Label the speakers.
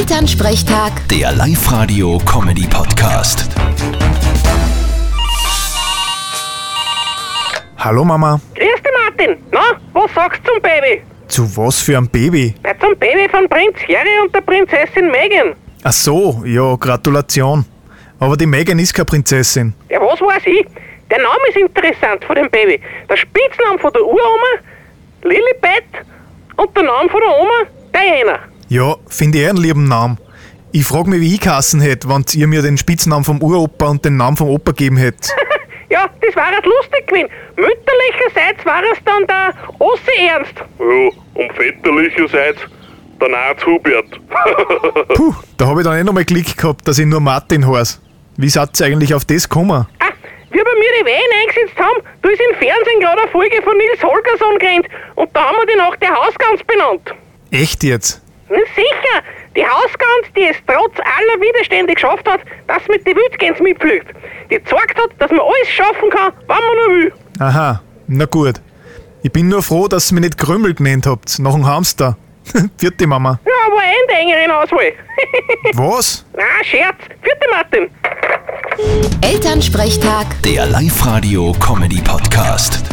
Speaker 1: Elternsprechtag,
Speaker 2: Der Live-Radio-Comedy-Podcast.
Speaker 3: Hallo Mama,
Speaker 4: Grüß dich, Martin. Na, was sagst du zum Baby?
Speaker 3: zu was für ein Baby?
Speaker 4: Na, zum Baby von Prinz Harry und der Prinzessin Megan.
Speaker 3: Ach so, ja, Gratulation. Aber die Megan ist keine Prinzessin.
Speaker 4: Ja, was weiß ich? Der Name ist interessant von dem Baby. Der Spitzname von der Uroma, Lilibet, und der Name von der Oma, Diana.
Speaker 3: Ja, finde ich eh einen lieben Namen. Ich frage mich, wie ich kassen hätte, wenn ihr mir den Spitznamen vom Uropa und den Namen vom Opa gegeben hättet.
Speaker 4: ja, das war es lustig gewesen. Mütterlicherseits war es dann der Ossi Ernst.
Speaker 5: Ja, und väterlicherseits der Naz Hubert.
Speaker 3: Puh, da habe ich dann eh nochmal Glück gehabt, dass ich nur Martin heiße. Wie seid ihr eigentlich auf das gekommen?
Speaker 4: Ah, wie bei mir die Wehen eingesetzt haben, da ist im Fernsehen gerade eine Folge von Nils Holgersson gerannt. Und da haben wir die nach der Hausgans benannt.
Speaker 3: Echt jetzt?
Speaker 4: Na sicher, die Hausgans, die es trotz aller Widerstände geschafft hat, dass mit die Wildgans mitfliegt. Die gezeigt hat, dass man alles schaffen kann, wenn man nur will.
Speaker 3: Aha, na gut. Ich bin nur froh, dass ihr mich nicht Krümel genannt habt, nach dem Hamster. Vierte Mama.
Speaker 4: Ja, aber eh in der engeren Auswahl.
Speaker 3: Was?
Speaker 4: Na, Scherz. Vierte Martin.
Speaker 1: Elternsprechtag.
Speaker 2: Der Live-Radio-Comedy-Podcast.